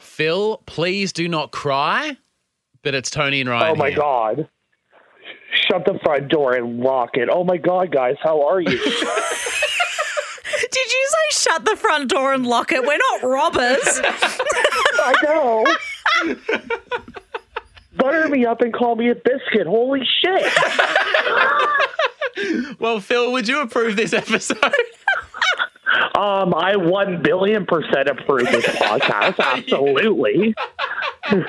Phil, please do not cry. But it's Tony and Ryan. oh my here. God. Shut the front door and lock it. Oh my God, guys, how are you? Did you say shut the front door and lock it? We're not robbers. I know. Butter me up and call me a biscuit. Holy shit. Well, Phil, would you approve this episode? Um, I one billion percent approve this podcast. Absolutely. Um,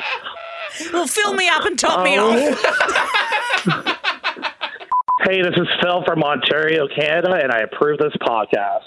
well, fill me up and top me Oh. off. Hey, this is Phil from Ontario, Canada, and I approve this podcast.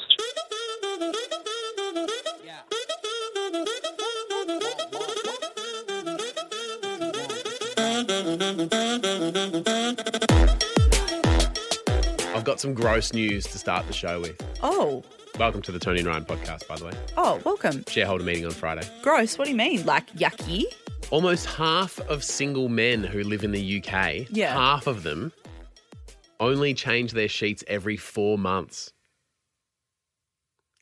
I've got some gross news to start the show with. Oh, Welcome to the Tony and Ryan podcast, by the way. oh, welcome. Shareholder meeting on Friday. Gross. What do you mean? Like yucky? Almost half of single men who live in the UK, Yeah. half of them only change their sheets every four months.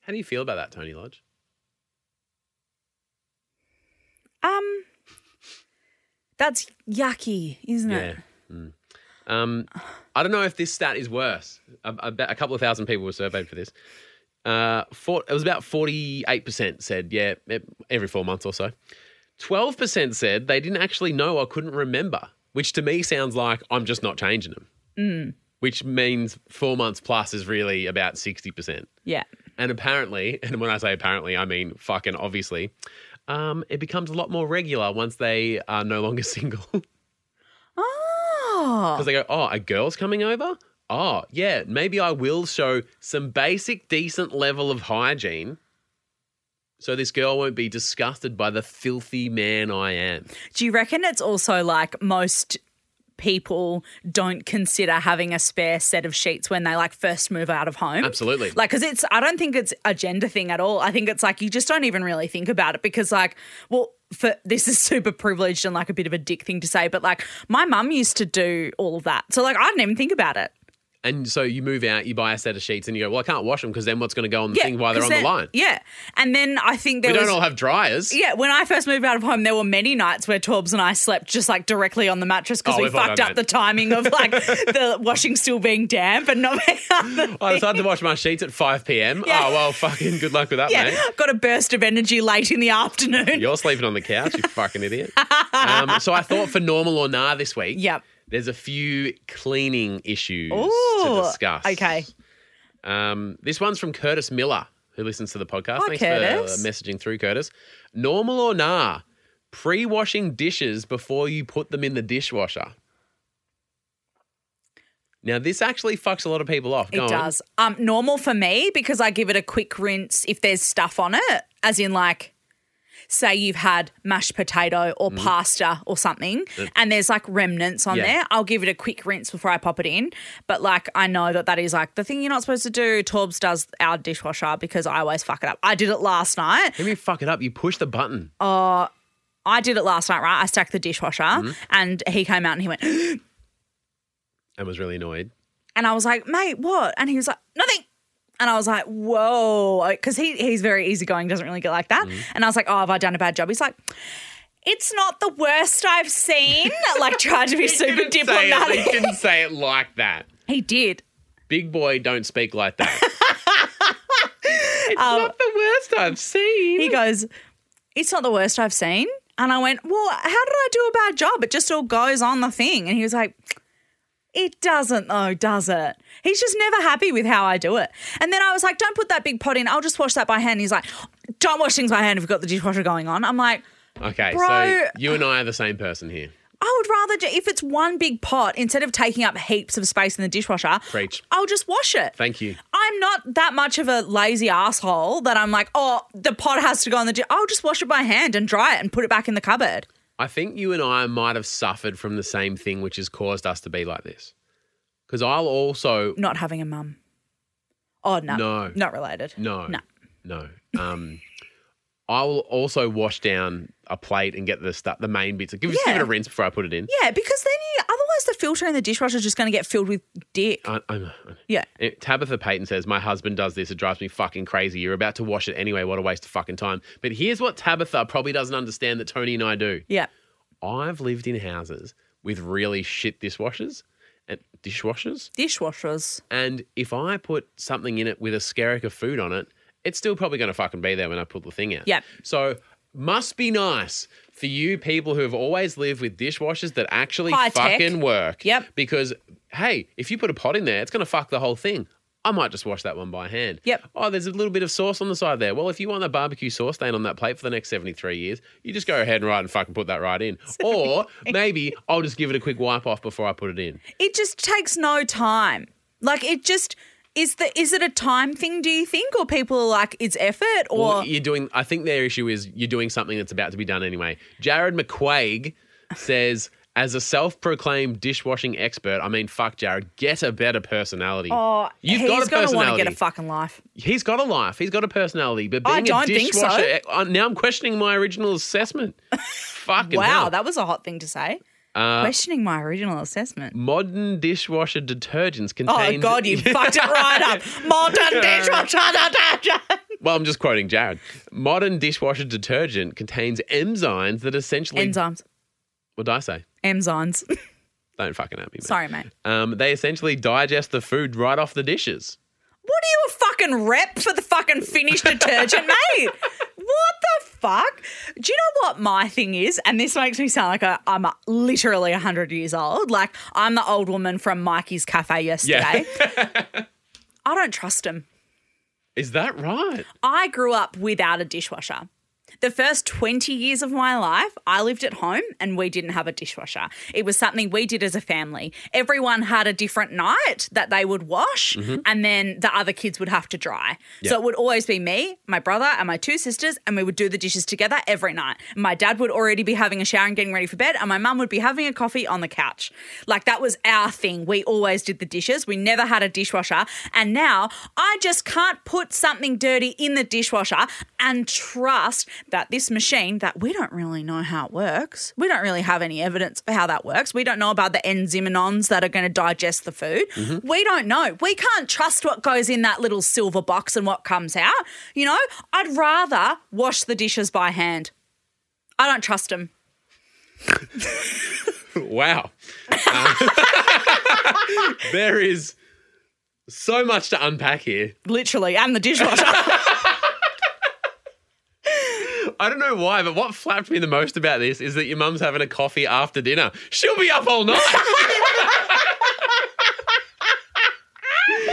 How do you feel about that, Tony Lodge? Um, that's yucky, isn't it? Mm. Um, I don't know if this stat is worse. A, a, a couple of thousand people were surveyed for this. Uh, four, it was about 48% said, yeah, e- every four months or so. 12% said they didn't actually know or couldn't remember, which to me sounds like I'm just not changing them, Mm, which means four months plus is really about 60%. yeah. And apparently, and when I say apparently, I mean fucking obviously, um, it becomes a lot more regular once they are no longer single. Oh, Ah. Because they go, oh, a girl's coming over? Oh, yeah, maybe I will show some basic, decent level of hygiene so this girl won't be disgusted by the filthy man I am. do you reckon it's also like most people don't consider having a spare set of sheets when they like first move out of home? Absolutely. Like, because it's, I don't think it's a gender thing at all. I think it's like you just don't even really think about it because, like, well, for this is super privileged and like a bit of a dick thing to say, but like my mum used to do all of that. So, like, I didn't even think about it. and so you move out, you buy a set of sheets, and you go, well, I can't wash them because then what's going to go on the thing while they're 'cause on the then- line? Yeah. And then I think there We don't was. all have dryers. yeah, when I first moved out of home, there were many nights where Torbs and I slept just like directly on the mattress because Oh, we we've all fucked done up that. the timing of like the washing still being damp and not being Oh, I decided to wash my sheets at 5 p.m. Yeah. Oh, well, fucking good luck with that, yeah, mate. got a burst of energy late in the afternoon. You're sleeping on the couch, you fucking idiot. Um, so I thought for normal or nah this week, Yep. there's a few cleaning issues Ooh, to discuss. okay. Um, this one's from Curtis Miller, who listens to the podcast. Hi, Thanks Curtis. for uh, messaging through, Curtis. Normal or nah, pre washing dishes before you put them in the dishwasher. Now, this actually fucks a lot of people off. Go It on. does. Um, normal for me because I give it a quick rinse if there's stuff on it, as in like, say you've had mashed potato or pasta or something, and there's like remnants on Mm-hmm. Yeah. there. I'll give it a quick rinse before I pop it in. But like, I know that that is like the thing you're not supposed to do. Torbs does our dishwasher because I always fuck it up. I did it last night. Let me fuck it up. You push the button. Oh. I did it last night, right? I stacked the dishwasher, Mm-hmm. and he came out and he went, And was really annoyed. And I was like, mate, what? And he was like, nothing. And I was like, whoa, because he, he's very easygoing, doesn't really get like that. Mm. And I was like, oh, have I done a bad job? He's like, it's not the worst I've seen. like, tried to be super Didn't say it- diplomatic. He didn't say it like that. he did. Big boy, don't speak like that. it's not the worst I've seen. Um, He goes, it's not the worst I've seen. And I went, well, how did I do a bad job? It just all goes on the thing. And he was like, it doesn't though, does it? He's just never happy with how I do it. And then I was like, don't put that big pot in. I'll just wash that by hand. He's like, don't wash things by hand if you've got the dishwasher going on. I'm like, Okay, Bro. so you and I are the same person here. I would rather, ju- if it's one big pot, instead of taking up heaps of space in the dishwasher, Preach. I'll just wash it. Thank you. I'm not that much of a lazy asshole that I'm like, oh, the pot has to go in the. Di- I'll just wash it by hand and dry it and put it back in the cupboard. I think you and I might have suffered from the same thing which has caused us to be like this. Because I'll also Not having a mum. Oh no, No. not related. no. No. No. Um I will also wash down a plate and get the stuff the main bits. Give, just give it Yeah. a rinse before I put it in. Yeah, because then you otherwise is the filter in the dishwasher just going to get filled with dick? I, I'm, I- Yeah. It- Tabitha Payton says, My husband does this. It drives me fucking crazy. You're about to wash it anyway. What a waste of fucking time. But here's what Tabitha probably doesn't understand that Tony and I do. Yeah. I've lived in houses with really shit dishwashers and dishwashers. Dishwashers. And if I put something in it with a skerrick of food on it, it's still probably going to fucking be there when I put the thing out. Yep. So must be nice for you people who have always lived with dishwashers that actually High tech. fucking work. Yep. Because hey, if you put a pot in there, it's going to fuck the whole thing. I might just wash that one by hand. Yep. Oh, there's a little bit of sauce on the side there. Well, if you want the barbecue sauce stain on that plate for the next 73 years, you just go ahead and right and fucking put that right in. Or maybe I'll just give it a quick wipe off before I put it in. It just takes no time. Like it just is the is it a time thing? Do you think, or people are like it's effort, or Well, you're doing. I think their issue is you're doing something that's about to be done anyway. Jared McQuaig says, as a self-proclaimed dishwashing expert, I mean, fuck Jared, get a better personality. oh, You've he's got a going to want to personality. get a fucking life. he's got a life. He's got a personality. But being I a don't think so. dishwasher, I- now I'm questioning my original assessment. Fucking Wow, hell. Uh, that was a hot thing to say. Questioning my original assessment. Modern dishwasher detergents Oh contain. God, you fucked it right up. Modern dishwasher. Well, I'm just quoting Jared. Modern dishwasher detergent contains enzymes that essentially. Enzymes. What did I say? Enzymes. Don't fucking at me, man. Sorry, mate. Um, they essentially digest the food right off the dishes. What are you a fucking rep for the fucking finished detergent, mate? What the fuck? Do you know what my thing is? And this makes me sound like a, I'm a, literally 100 years old. Like, I'm the old woman from Mikey's Cafe yesterday. I don't trust him. Is that right? I grew up without a dishwasher. The first 20 years of my life, I lived at home and we didn't have a dishwasher. It was something we did as a family. Everyone had a different night that they would wash and then the other kids would have to dry. So it would always be me, my brother, and my two sisters, and we would do the dishes together every night. My dad would already be having a shower and getting ready for bed, and my mum would be having a coffee on the couch. Like that was our thing. We always did the dishes. We never had a dishwasher. And now I just can't put something dirty in the dishwasher and trust that this machine that we don't really know how it works. We don't really have any evidence for how that works. We don't know about the enzyminons that are going to digest the food. Mm-hmm. We don't know. We can't trust what goes in that little silver box and what comes out. You know, I'd rather wash the dishes by hand. I don't trust them. Wow. Um, there is so much to unpack here. Literally, and the dishwasher. I don't know why, but what flapped me the most about this is that your mum's having a coffee after dinner. She'll be up all night.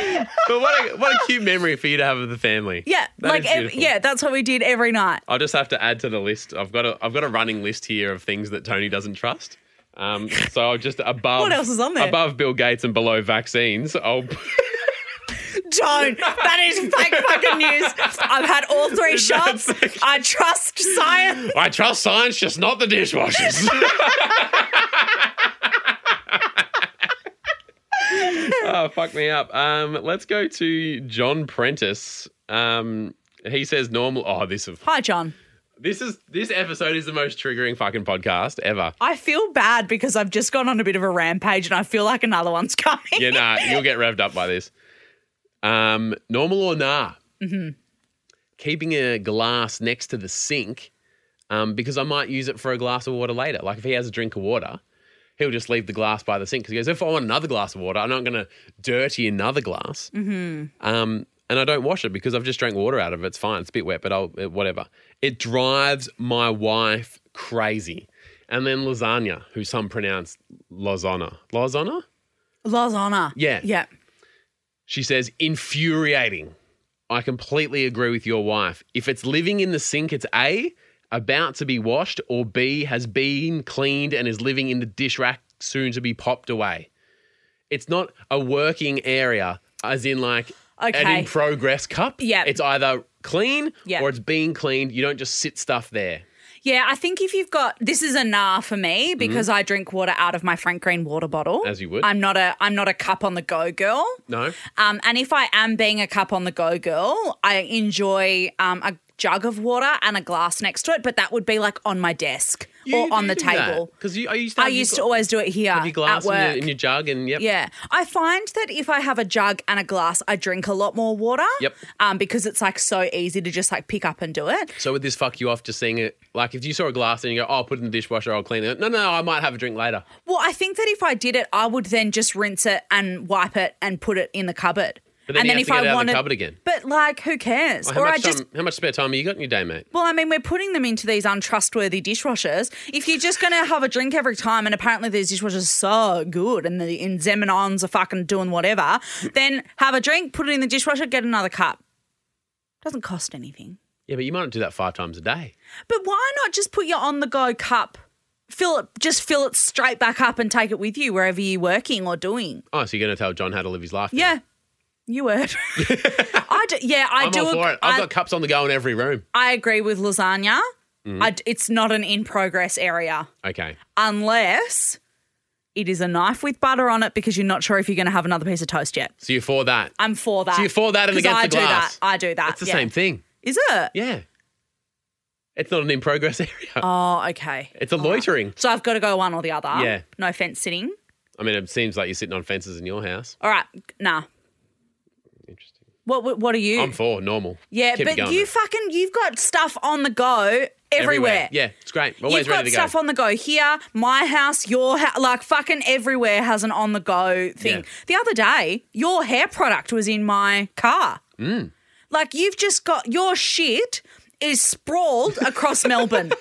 but what a, what a cute memory for you to have of the family. Yeah, That like is ev- beautiful. yeah, that's what we did every night. I'll just have to add to the list. I've got a I've got a running list here of things that Tony doesn't trust. Um, so I'll just above What else is on there? above Bill Gates and below vaccines. I'll Don't. That is fake fucking news. I've had all three shots. I trust science. I trust science, just not the dishwashers. oh fuck me up. Um, let's go to John Prentice. Um, he says normal. Oh, this is Hi, John. this is this episode is the most triggering fucking podcast ever. I feel bad because I've just gone on a bit of a rampage and I feel like another one's coming. yeah, nah, you'll get revved up by this. Um, normal or nah? Mm-hmm. Keeping a glass next to the sink um, because I might use it for a glass of water later. Like if he has a drink of water, he'll just leave the glass by the sink because he goes, if I want another glass of water, I'm not going to dirty another glass. Mm-hmm. Um, and I don't wash it because I've just drank water out of it. It's fine. It's a bit wet, but I'll, whatever. It drives my wife crazy. And then lasagna, who some pronounce lasagna. Lasagna? Lasagna. Yeah. Yeah. She says, infuriating. I completely agree with your wife. If it's living in the sink, it's A, about to be washed, or B, has been cleaned and is living in the dish rack soon to be popped away. It's not a working area, as in like an Okay. in progress cup. Yep. It's either clean Yep. or it's being cleaned. You don't just sit stuff there. Yeah, I think if you've got this is a nah for me because I drink water out of my Frank Green water bottle. Mm-hmm. As you would. I'm not a I'm not a cup on the go girl. No? Um, and if I am being a cup on the go girl, I enjoy um, a jug of water and a glass next to it, but that would be like on my desk. or on the table. Because you, I used to. I have your used to gla- always do it here have your glass at work. In, your, in your jug, and yep. Yeah. I find that if I have a jug and a glass, I drink a lot more water. Yep. Um, because it's like so easy to just like pick up and do it. So would this fuck you off just seeing it? Like if you saw a glass and you go, "Oh, I'll put it in the dishwasher, I'll clean it." No, no, I might have a drink later. Well, I think that if I did it, I would then just rinse it and wipe it and put it in the cupboard. But then and you then have to get if I it out of wanted, the cupboard again. but like, who cares? Well, how or much um, I just. time, how much spare time have you got in your day, mate? Well, I mean, we're putting them into these untrustworthy dishwashers. If you're just going to have a drink every time, and apparently these dishwashers are so good, and the and Zeminons are fucking doing whatever, then have a drink, put it in the dishwasher, get another cup. Doesn't cost anything. Yeah, but you might not do that five times a day. But why not just put your on the go cup, fill it, just fill it straight back up and take it with you wherever you're working or doing? Oh, so you're going to tell John how to live his life? now. Yeah. You word. I do, yeah, I I'm do. all ag- for it. I've I- got cups on the go in every room. I agree with lasagna. Mm. I d it's not an in progress area Okay. unless it is a knife with butter on it because you're not sure if you're going to have another piece of toast yet. So you're for that. I'm for that. So you're for that and 'Cause against I the glass. do that. I do that. It's the yeah. same thing. Is it? Yeah. It's not an in progress area. Oh, okay. it's a loitering. So I've got to go one or the other. Yeah. No fence sitting. I mean, it seems like you're sitting on fences in your house. All right. Nah. Interesting. What What, what are you? I'm for normal. yeah, Keep it but going, you mate. fucking you've got stuff on the go everywhere. Yeah, it's great. I'm You've Always got ready to go. stuff on the go here, my house, your house, like fucking everywhere has an on the go thing. Yeah. The other day, your hair product was in my car. Mm. Like you've just got your shit is sprawled across Melbourne.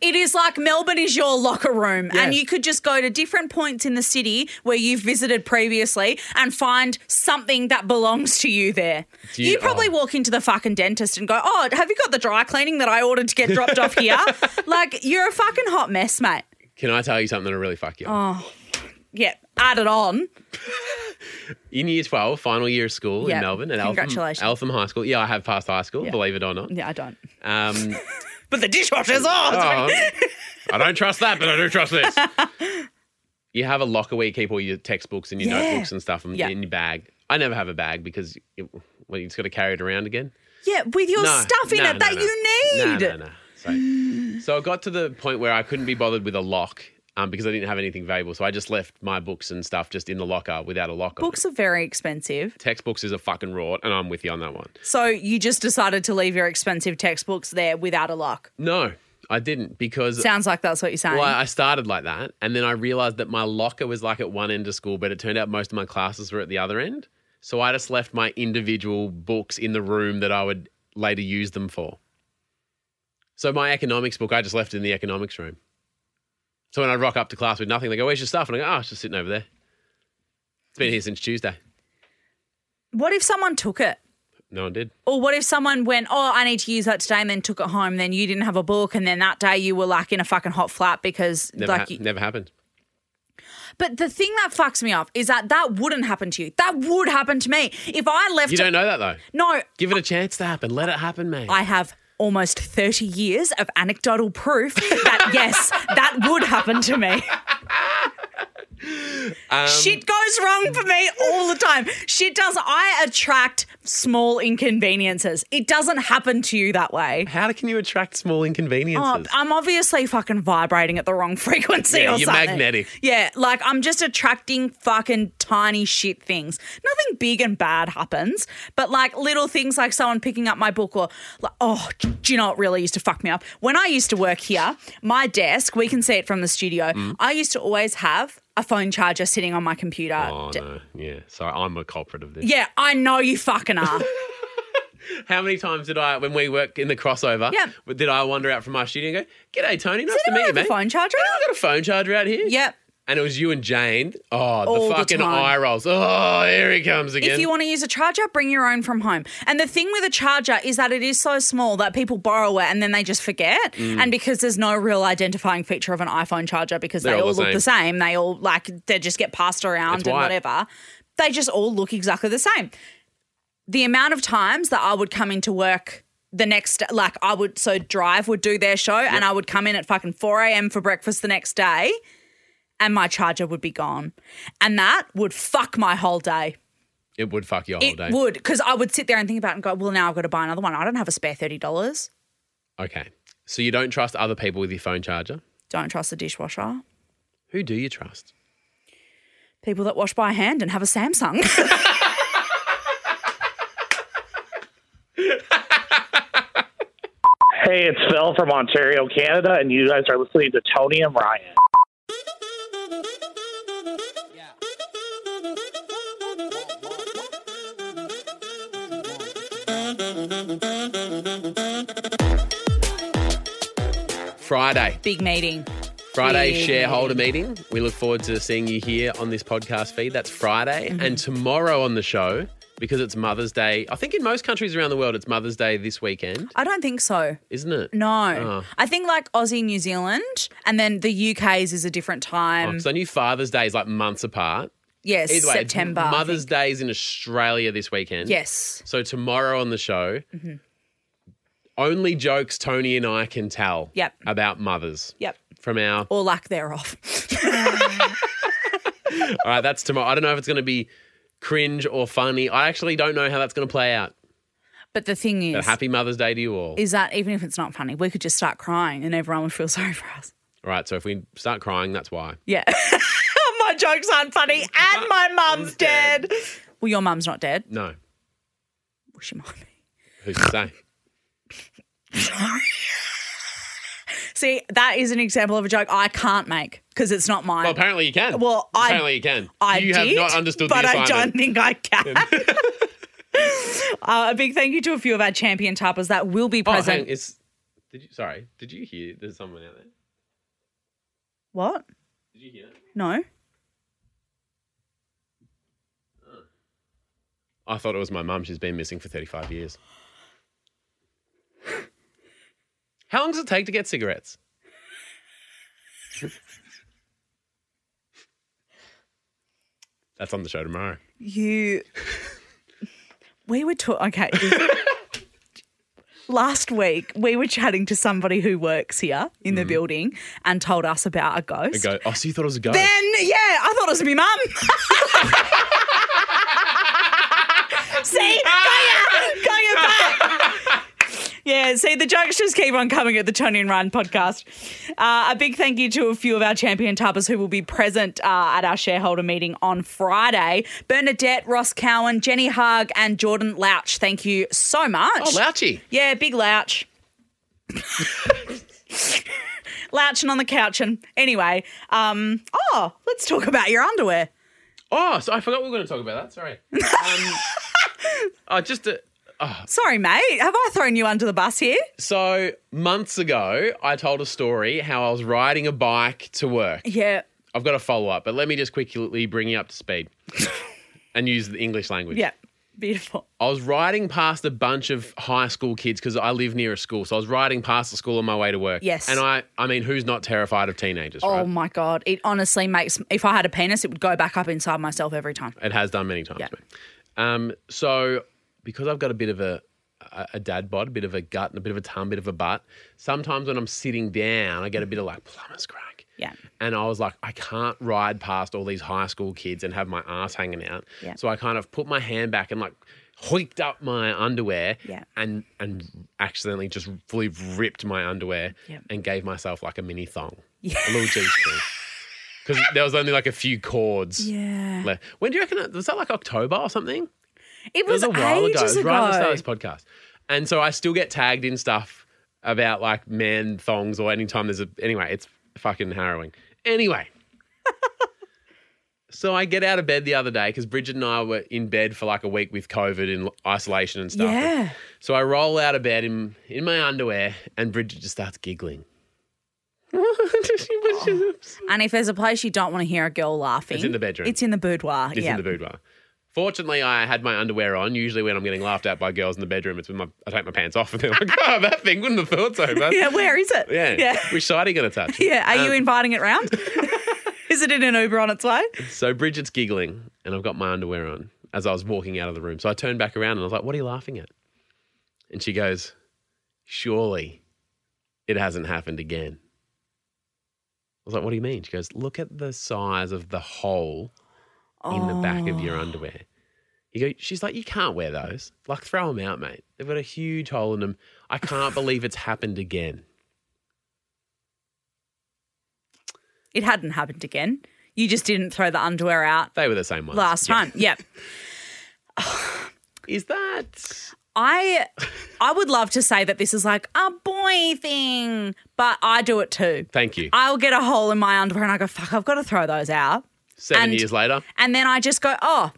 It is like Melbourne is your locker room, and Yeah. you could just go to different points in the city where you've visited previously and find something that belongs to you there. you- You, probably oh. walk into the fucking dentist and go, "Oh, have you got the dry cleaning that I ordered to get dropped off here?" like you're a fucking hot mess, mate. Can I tell you something that'll really fuck you? up? Yeah, add it on. In year 12, final year of school Yeah. in Melbourne at Congratulations. Eltham, Eltham High School. Yeah, I have passed high school, believe it or not. Yeah, I don't. Um, But the dishwasher's on. Oh, I don't trust that, but I do trust this. you have a locker where you keep all your textbooks and your Yeah. notebooks and stuff in, Yeah. in your bag. I never have a bag because it, well, you just got to carry it around again. Yeah, with your No, stuff in no, it no, that no. you need. No, no, no. So, so I got to the point where I couldn't be bothered with a lock um, because I didn't have anything valuable. So I just left my books and stuff just in the locker without a lock on it. Books are very expensive. Textbooks is a fucking rort, and I'm with you on that one. So you just decided to leave your expensive textbooks there without a lock. No, I didn't because Sounds like that's what you're saying. Well, I started like that, and then I realized that my locker was like at one end of school, but it turned out most of my classes were at the other end. So I just left my individual books in the room that I would later use them for. So my economics book, I just left in the economics room. So when I rock up to class with nothing, they go, "Where's your stuff?" And I go, "Oh, it's just sitting over there. It's been here since Tuesday. what if someone took it? No one did. Or what if someone went, oh, I need to use that today and then took it home, then you didn't have a book, and then that day you were like in a fucking hot flat because Never, like. hap- you- never happened. but the thing that fucks me off is that that wouldn't happen to you. That would happen to me if I left. You don't know that though. no, Give it a chance to happen. Let it happen, mate. I have almost thirty years of anecdotal proof that yes, that would happen to me. Shit goes wrong for me all the time. Shit does. I attract small inconveniences. It doesn't happen to you that way. How can you attract small Oh, inconveniences? I'm obviously fucking vibrating at the wrong frequency Yeah, or you're something. magnetic. Yeah, like I'm just attracting fucking tiny shit things. Nothing big and bad happens, but like little things like someone picking up my book or like, oh, do you know what really used to fuck me up? When I used to work here, my desk, we can see it from the studio, Mm. I used to always have a phone charger sitting on my computer. Oh, D- no. Yeah. Sorry, I'm a culprit of this. Yeah, I know you fucking are. How many times did I, when we work in the crossover, Yeah. did I wander out from my studio and go, G'day, Tony, nice to anyone meet you, have a mate. phone charger? Anyone got a phone charger out here? yep. And it was you and Jane. Oh, the All the fucking time. eye rolls. Oh, here he comes again. If you want to use a charger, bring your own from home. And the thing with a charger is that it is so small that people borrow it and then they just forget. Mm. And because there's no real identifying feature of an iPhone charger because They're they all all the look the same, they all like they just get passed around It's and white. whatever. They just all look exactly the same. The amount of times that I would come into work the next like I would so Drive would do their show and I would come in at fucking 4 a.m. for breakfast the next day and my charger would be gone. And that would fuck my whole day. it would fuck your whole It day. would, because I would sit there and think about it and go, well, now I've got to buy another one. I don't have a spare $30. okay. So you don't trust other people with your phone charger? Don't trust the dishwasher. Who do you trust? People that wash by hand and have a Samsung. Hey, it's Phil from Ontario, Canada, and you guys are listening to Tony and Ryan. Friday. Big meeting. Friday Big shareholder meeting. We look forward to seeing you here on this podcast feed. That's Friday. Mm-hmm. And tomorrow on the show, because it's Mother's Day, I think in most countries around the world, it's Mother's Day this weekend, I don't think so. isn't it? No. Oh. I think like Aussie, New Zealand, and then the UK's is a different time. Because Oh, I knew Father's Day is like months apart. yes, Either way, it's September. I Mother's think. Day is in Australia this weekend. Yes. Mm-hmm. So tomorrow on the show, only jokes Tony and I can tell Yep. about mothers Yep. from our. Or lack thereof. All right, that's tomorrow. I don't know if it's going to be cringe or funny. I actually don't know how that's going to play out. But the thing But is, happy Mother's Day to you all. is that even if it's not funny, we could just start crying and everyone would feel sorry for us. all right, so if we start crying, that's why. Yeah. my jokes aren't funny and my mum's dead. dead. Well, your mum's not dead. No, Well, she might be. who's to say? See, that is an example of a joke I can't make because it's not mine. Well, apparently you can. Well, I- apparently you can. I you did, have not understood but the I assignment. don't think I can. uh, a big thank you to a few of our champion tappers that will be Oh, hang, present. on, it's. Did you? Sorry, did you hear? There's someone out there. what? Did you hear? that? No. I thought it was my mum. She's been missing for 35 years. How long does it take to get cigarettes? That's on the show tomorrow. You. We were talking. Okay. Last week, we were chatting to somebody who works here in Mm-hmm. the building and told us about a A ghost. go- oh, so you thought it was a ghost? Then, yeah, I thought it was my mum. see, going, out- going back. Yeah, see, the jokes just keep on coming at the Tony and Ryan podcast. Uh, a big thank you to a few of our champion tappers who will be present uh, at our shareholder meeting on Friday. Bernadette, Ross Cowan, Jenny Hug, and Jordan Louch. Thank you so much. Oh, Louchy. Yeah, big louch. Louching on the couch and anyway, um, oh, let's talk about your underwear. Oh, so I forgot we were going to talk about that. Sorry. Um, oh, just a, Sorry, mate, have I thrown you under the bus here? so months ago, I told a story how I was riding a bike to work. Yeah, I've got a follow up, but let me just quickly bring you up to speed and use the English language. yeah, beautiful. I was riding past a bunch of high school kids because I live near a school. So I was riding past the school on my way to work. Yes. And I, I mean, who's not terrified of teenagers, Oh right? my god, it honestly makes if I had a penis, it would go back up inside myself every time. It has done many times. Yeah. mate. Um, so because I've got a bit of a, a, a dad bod, a bit of a gut and a bit of a tum, a bit of a butt, sometimes when I'm sitting down, I get a bit of like plumber's crack. Yeah. And I was like, I can't ride past all these high school kids and have my ass hanging out. Yeah. So I kind of put my hand back and like hoiked up my underwear Yeah. and and accidentally just fully ripped my underwear Yeah. and gave myself like a mini thong. Yeah. A little G string. Because there was only like a few chords Yeah. left. When do you reckon? It, was that like October or something? It It was was, a while ago. It ages was ago. right at the start of this podcast. And so I still get tagged in stuff about like man thongs or anytime there's a. Anyway, it's fucking harrowing. Anyway. so I get out of bed the other day because Bridget and I were in bed for like a week with COVID and isolation and stuff. Yeah. So I roll out of bed in, in my underwear and Bridget just starts giggling. it's And if there's a place you don't want to hear a girl laughing, It's in the bedroom. It's in the boudoir. yeah. in the boudoir. Fortunately, I had my underwear on. Usually, when I'm getting laughed at by girls in the bedroom, it's when my, I take my pants off and they're like, oh, that thing wouldn't have thought so, man. yeah, where is it? Yeah. Yeah. Which side are you going to touch? Yeah, are you Um, inviting it round? Is it in an Uber on its way? So Bridget's giggling, and I've got my underwear on as I was walking out of the room. So I turned back around and I was like, "What are you laughing at?" And she goes, "Surely, it hasn't happened again." I was like, "What do you mean?" She goes, "Look at the size of the hole in the back Oh. of your underwear." You go, she's like, "You can't wear those. Like, throw them out, mate. They've got a huge hole in them. I can't believe it's happened again." It hadn't happened again. You just didn't throw the underwear out They were the same ones. last Yeah. time. Yep. Is that I I would love to say that this is like a boy thing, but I do it too. Thank you. I'll get a hole in my underwear and I go, fuck, I've got to throw those out. Seven and- years later. And then I just go, oh,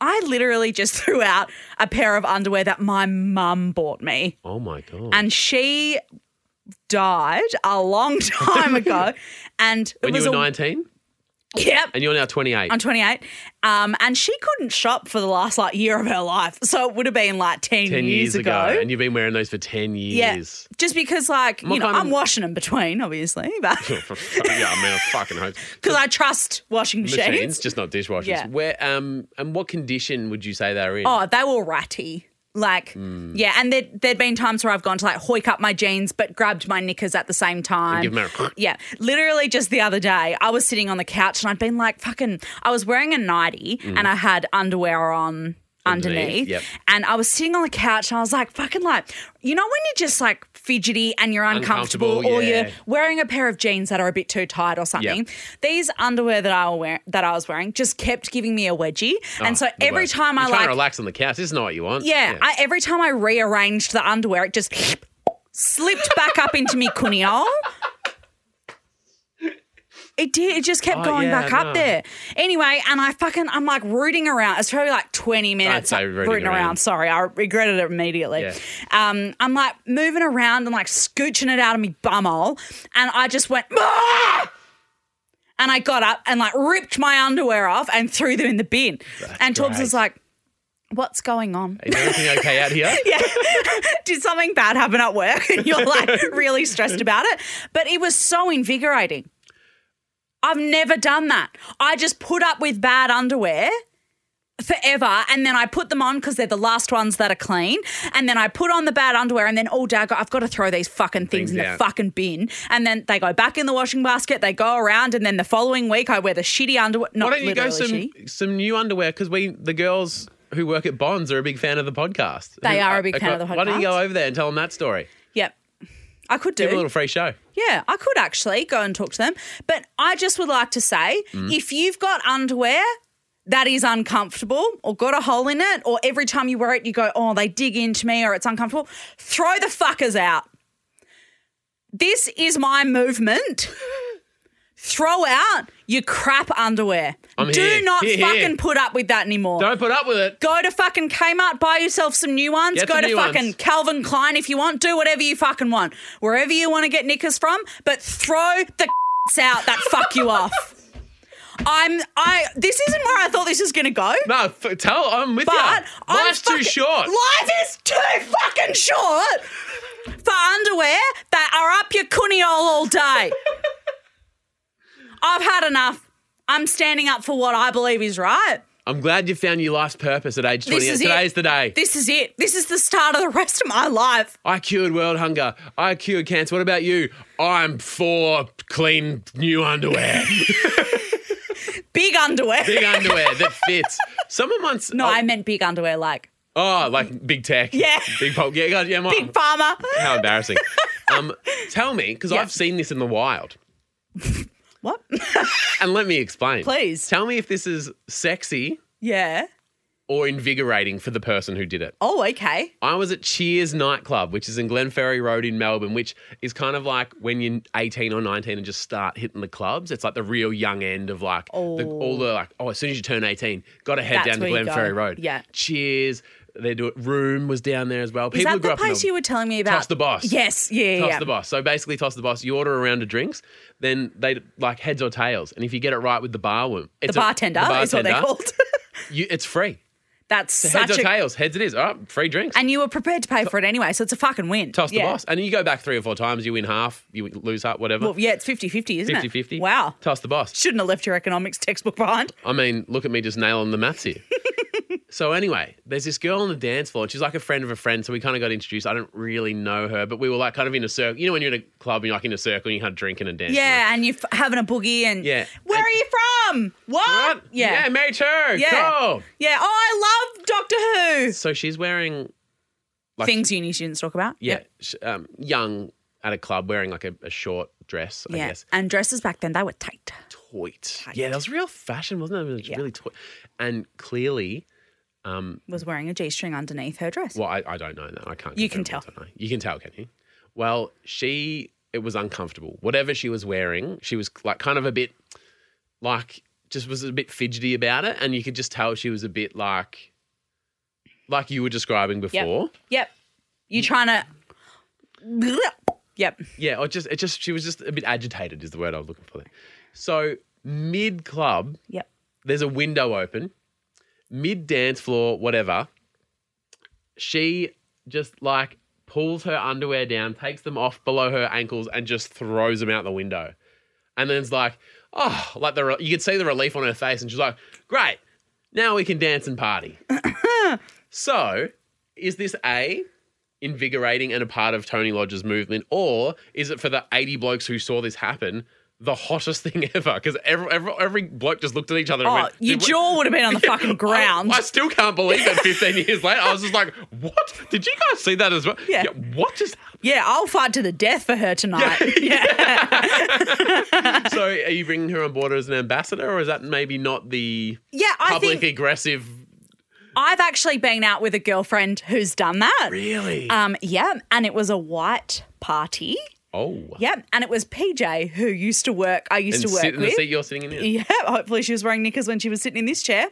I literally just threw out a pair of underwear that my mum bought me. Oh my god. And she died a long time ago. And it when you was were a, 19 Yep. and you're now 28. I'm 28. Um, and she couldn't shop for the last like year of her life. So it would have been like 10, 10 years ago, and you've been wearing those for 10 years. Yeah. Just because, like, What you know, kind of- I'm washing in between, obviously, but Yeah, I mean, I fucking hope. because I trust washing machines. Machines, just not dishwashers. Yeah. Where um and what condition would you say they're in? Oh, they were ratty. Like, Hmm. yeah. And there'd, there'd been times where I've gone to like hoik up my jeans, but grabbed my knickers at the same time. give 'em a- yeah. Literally just the other day, I was sitting on the couch and I'd been like, fucking, I was wearing a nightie and I had underwear on. Mm. Underneath, Underneath, yep. and I was sitting on the couch, and I was like, "Fucking like, you know, when you're just like fidgety and you're uncomfortable, Uncomfortable, or yeah. you're wearing a pair of jeans that are a bit too tight or something." These underwear that I were wear- that I was wearing just kept giving me a wedgie, and so Ah, the every worst. time you I can't like relax on the couch. This is not what you want. yeah, I, every time I rearranged the underwear, it just slipped back up into me cunny hole. It did. It just kept Oh, going yeah, back no. up there. Anyway, and I fucking, I'm like rooting around. It's probably like 20 minutes. say of rooting around. Sorry, I regretted it immediately. Yeah. Um, I'm like moving around and like scooching it out of me bumhole. And I just went, "Ah!" and I got up and like ripped my underwear off and threw them in the bin. and Torbs great. was like, what's going on? Is everything okay out here? Yeah. Did something bad happen at work and you're like really stressed about it? But it was so invigorating. I've never done that. I just put up with bad underwear forever and then I put them on because they're the last ones that are clean. And then I put on the bad underwear and then all day I go, I've got to throw these fucking things, Things in out. the fucking bin. And then they go back in the washing basket, they go around, and then the following week I wear the shitty underwear. Not Why don't you go literally some shitty. some new underwear? Because we the girls who work at Bonds are a big fan of the podcast. They Who- uh, are a big fan of the Why don't you go podcast. over there and tell them that story? Yep. I could do Give a little free show. Yeah, I could actually go and talk to them. But I just would like to say Mm. if you've got underwear that is uncomfortable or got a hole in it, or every time you wear it, you go, oh, they dig into me or it's uncomfortable, throw the fuckers out. This is my movement. throw out your crap underwear. I'm Do here. not Here, here. fucking put up with that anymore. Don't put up with it. Go to fucking Kmart, buy yourself some new ones. Get Go some to new fucking ones. Calvin Klein if you want. Do whatever you fucking want. Wherever you want to get knickers from, but throw the out that fuck you off. I'm I this isn't where I thought this was gonna go. No, f- tell. I'm with But you. I'm Life's too fucking- short. Life is too fucking short for underwear that are up your cunny hole all day. I've had enough. I'm standing up for what I believe is right. I'm glad you found your life's purpose at age 28. is Today it. is the day. This is it. This is the start of the rest of my life. I cured world hunger. I cured cancer. What about you? I'm for clean new underwear. Big underwear. big underwear that fits. Someone once. no, oh, I meant big underwear, like Oh, like big tech. Yeah. Big pop. Yeah, God, yeah. My, big farmer. How embarrassing. um, tell me, because Yeah. I've seen this in the wild. What? And let me explain. Please. Tell me if this is sexy yeah. or invigorating for the person who did it. Oh, okay. I was at Cheers nightclub, which is in Glenferrie Road in Melbourne, which is kind of like when you're 18 or 19 and just start hitting the clubs. It's like the real young end of like the, all the like, oh, as soon as you turn 18, got to head That's down to where you go. Glenferrie Road. Yeah. Cheers. They do it. Room was down there as well. Is People who that grew the up in place Melbourne- you were telling me about? Toss the boss. Yes. Yeah. yeah, Toss yeah. the boss. So basically, toss the boss. You order a round of drinks, then they like heads or tails, and if you get it right with the bar woman, The it's a- bartender, the is what they're bartender, called. You, it's free. That's Heads such or a. tails. Heads it is. All right, free drinks. And you were prepared to pay for it anyway, so it's a fucking win. toss the Yeah. boss, and you go back three or four times. You win half. You lose half. Whatever. Well, yeah, it's 50 50, isn't 50 it? 50. Wow. Toss the boss. Shouldn't have left your economics textbook behind. I mean, look at me just nailing the maths here. so anyway, there's this girl on the dance floor, and she's like a friend of a friend. So we kind of got introduced. I don't really know her, but we were like kind of in a circle. You know, when you're in a club and you're like in a circle, and you had drinking and dancing. Yeah, and you're f- having a boogie and. Yeah. Where And- are you from? What? Right? Yeah. Yeah, me too. yeah. Cool. Yeah. Oh, I love Doctor Who. So she's wearing, Like- Things uni students talk about. yeah, sh um, young at a club wearing like a, a short dress, I Yeah. guess. And dresses back then, they were tight. Toit. Yeah, that was real fashion, wasn't it? It was Yeah. really toit. And clearly, um, Was wearing a G string underneath her dress. well, I, I don't know that. I can't. You confirm can it, don't I? You can tell, can you? Well, she, it was uncomfortable. Whatever she was wearing, she was like kind of a bit, like, just was a bit fidgety about it. And you could just tell she was a bit like, like you were describing before. Yep. You Mm. trying to. Yep. Yeah, or just it just she was just a bit agitated is the word I was looking for. There. So mid club, Yep. there's a window open, mid dance floor, whatever. She just like pulls her underwear down, takes them off below her ankles, and just throws them out the window. And then it's like, oh, like the re- you could see the relief on her face, and she's like, great, now we can dance and party. so, is this a invigorating and a part of Tony Lodge's movement, or is it for the 80 blokes who saw this happen? The hottest thing ever, because every, every every bloke just looked at each other. and Oh, went, your "Did we- jaw would have been on the fucking ground. I, I still can't believe that 15 years later. I was just like, what? Did you guys see that as well? Yeah. what just happened? Yeah, I'll fight to the death for her tonight. Yeah. So, are you bringing her on board as an ambassador, or is that maybe not the Yeah, I public think aggressive? I've actually been out with a girlfriend who's done that. Really? Um, yeah, and it was a white party. oh. Yep, and it was PJ who used to work. I used And to work sit in the with. seat you're sitting in. Here. Yeah, hopefully she was wearing knickers when she was sitting in this chair.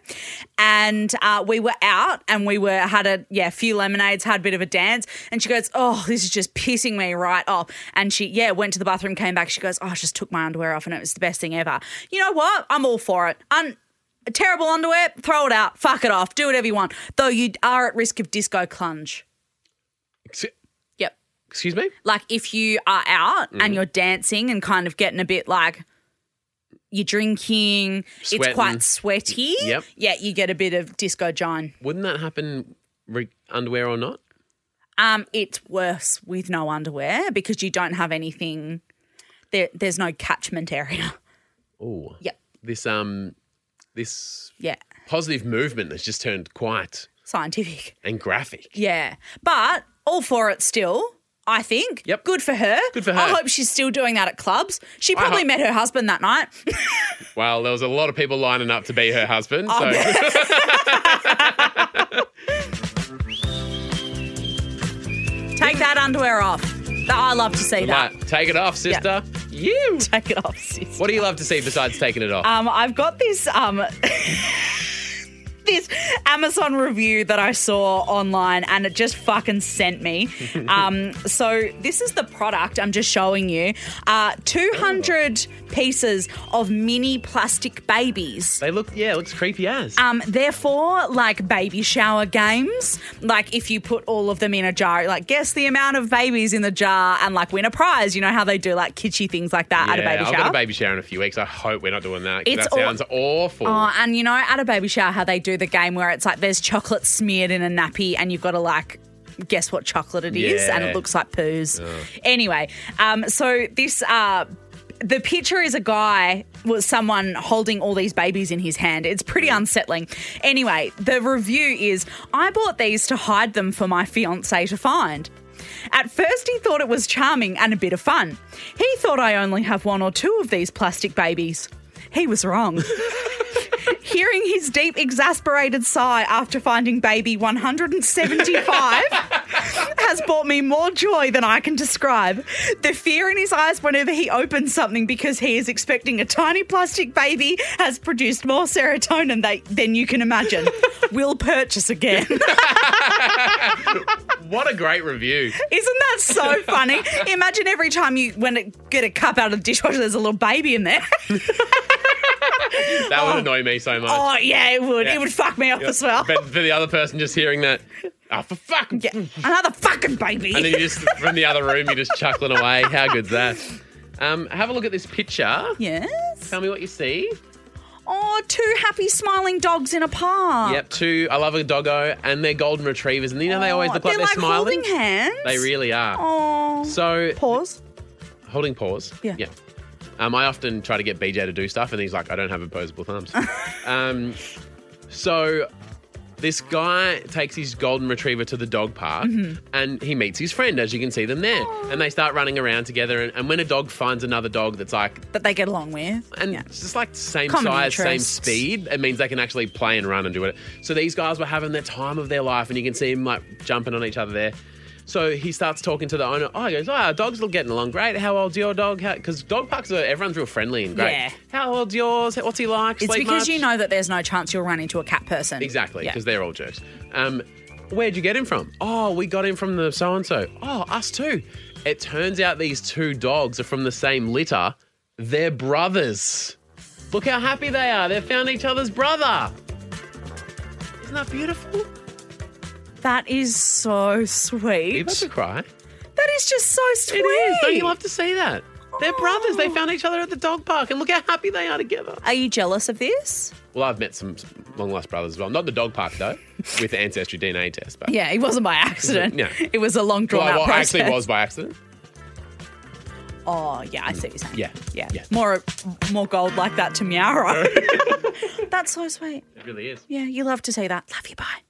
And uh, we were out and we were had a yeah, few lemonades, had a bit of a dance, and she goes, Oh, this is just pissing me right off. And she, yeah, went to the bathroom, came back, she goes, Oh, I just took my underwear off and it was the best thing ever. You know what? I'm all for it. Un- terrible underwear, throw it out, fuck it off, do whatever you want. Though you are at risk of disco plunge. Ex- Yep Excuse me? like if you are out and Mm-hmm. you're dancing and kind of getting a bit like you're drinking, Sweating. it's quite sweaty. Yep. Yeah, you get a bit of disco gine. Wouldn't that happen, re- underwear or not? Um, it's worse with no underwear because you don't have anything. There, there's no catchment area. Oh. Yep. This, um, this Yeah, positive movement has just turned quiet scientific. and graphic. Yeah, but all for it still. I think. Yep. Good for her. Good for I her. hope she's still doing that at clubs. She probably hope- met her husband that night. Well, there was a lot of people lining up to be her husband. Oh, So. Take that underwear off. That- I love to see that. Right, take it off, sister. You. Take it off, sis. What do you love to see besides taking it off? Um, I've got this um, this Amazon review that I saw online, and it just fucking sent me. um, so this is the product I'm just showing you. Uh, 200 pieces of mini plastic babies. they look, yeah, it looks creepy as. Um, therefore, like baby shower games, like if you put all of them in a jar, like guess the amount of babies in the jar and like win a prize. You know how they do like kitschy things like that at a Yeah, baby I've shower. got a baby shower in a few weeks. I hope we're not doing that. 'cause It's that all- sounds awful. Oh, and you know, at a baby shower, how they do the game where it's like there's chocolate smeared in a nappy, and you've got to like guess what chocolate it is, and Yeah. it looks like poos. Anyway, um, so this. Uh, the picture is a guy with someone holding all these babies in his hand. It's pretty unsettling. Anyway, the review is I bought these to hide them for my fiance to find. At first, he thought it was charming and a bit of fun. He thought I only have one or two of these plastic babies. He was wrong. Hearing his deep, exasperated sigh after finding baby 175 has brought me more joy than I can describe. The fear in his eyes whenever he opens something because he is expecting a tiny plastic baby has produced more serotonin tha- than you can imagine. we'll purchase again. What a great review. Isn't that so funny? Imagine every time you when it, get a cup out of the dishwasher, there's a little baby in there. That would annoy me so much. oh yeah, it would. Yeah. It would fuck me up Yeah. as well. But for the other person just hearing that, ah, for fuck. Yeah, another fucking baby. And then you just, from the other room, you're just chuckling away. How good's that? Um, have a look at this picture. Yes. Tell me what you see. Oh, two happy smiling dogs in a park. Yep, two. I love a doggo, and they're golden retrievers, and you know they always Oh, look like they're they're, smiling. holding hands. They really are. Oh. So Pause. holding paws. Yeah. Yeah. Um, I often try to get BJ to do stuff, and he's like, "I don't have opposable thumbs." um, so This guy takes his golden retriever to the dog park and he meets his friend, as you can see them there. And they start running around together. And, and when a dog finds another dog that's like, that they get along with. and yeah. it's just like same Common size, same interests. speed, it means they can actually play and run and do it. So these guys were having the time of their life, and you can see them like jumping on each other there. So he starts talking to the owner. Oh, he goes, oh, our dog's are getting along great. How old's your dog? Because dog parks are, everyone's real friendly and great. Yeah. How old's yours? What's he like? It's Sleep because much?" you know that there's no chance you'll run into a cat person. Exactly, Yeah. because they're all jerks. Um, where'd you get him from? Oh, we got him from the so and so. Oh, us too. It turns out these two dogs are from the same litter. They're brothers. Look how happy they are. They've found each other's brother. Isn't that beautiful? That is so sweet. That's a cry. That is just so sweet. It is. Don't you love to see that? They're brothers. They found each other at the dog park, and look how happy they are together. Are you jealous of this? Well, I've met some long lost brothers as well. Not the dog park though, with the ancestry DNA test. But Yeah, it wasn't by accident. Yeah. It was a long well, drawn out well process. actually, it was by accident. Oh, yeah, I see what you're saying. Yeah. Yeah. Yeah. More more gold like that to Miara. That's so sweet. It really is. Yeah, you love to see that. Love you, bye.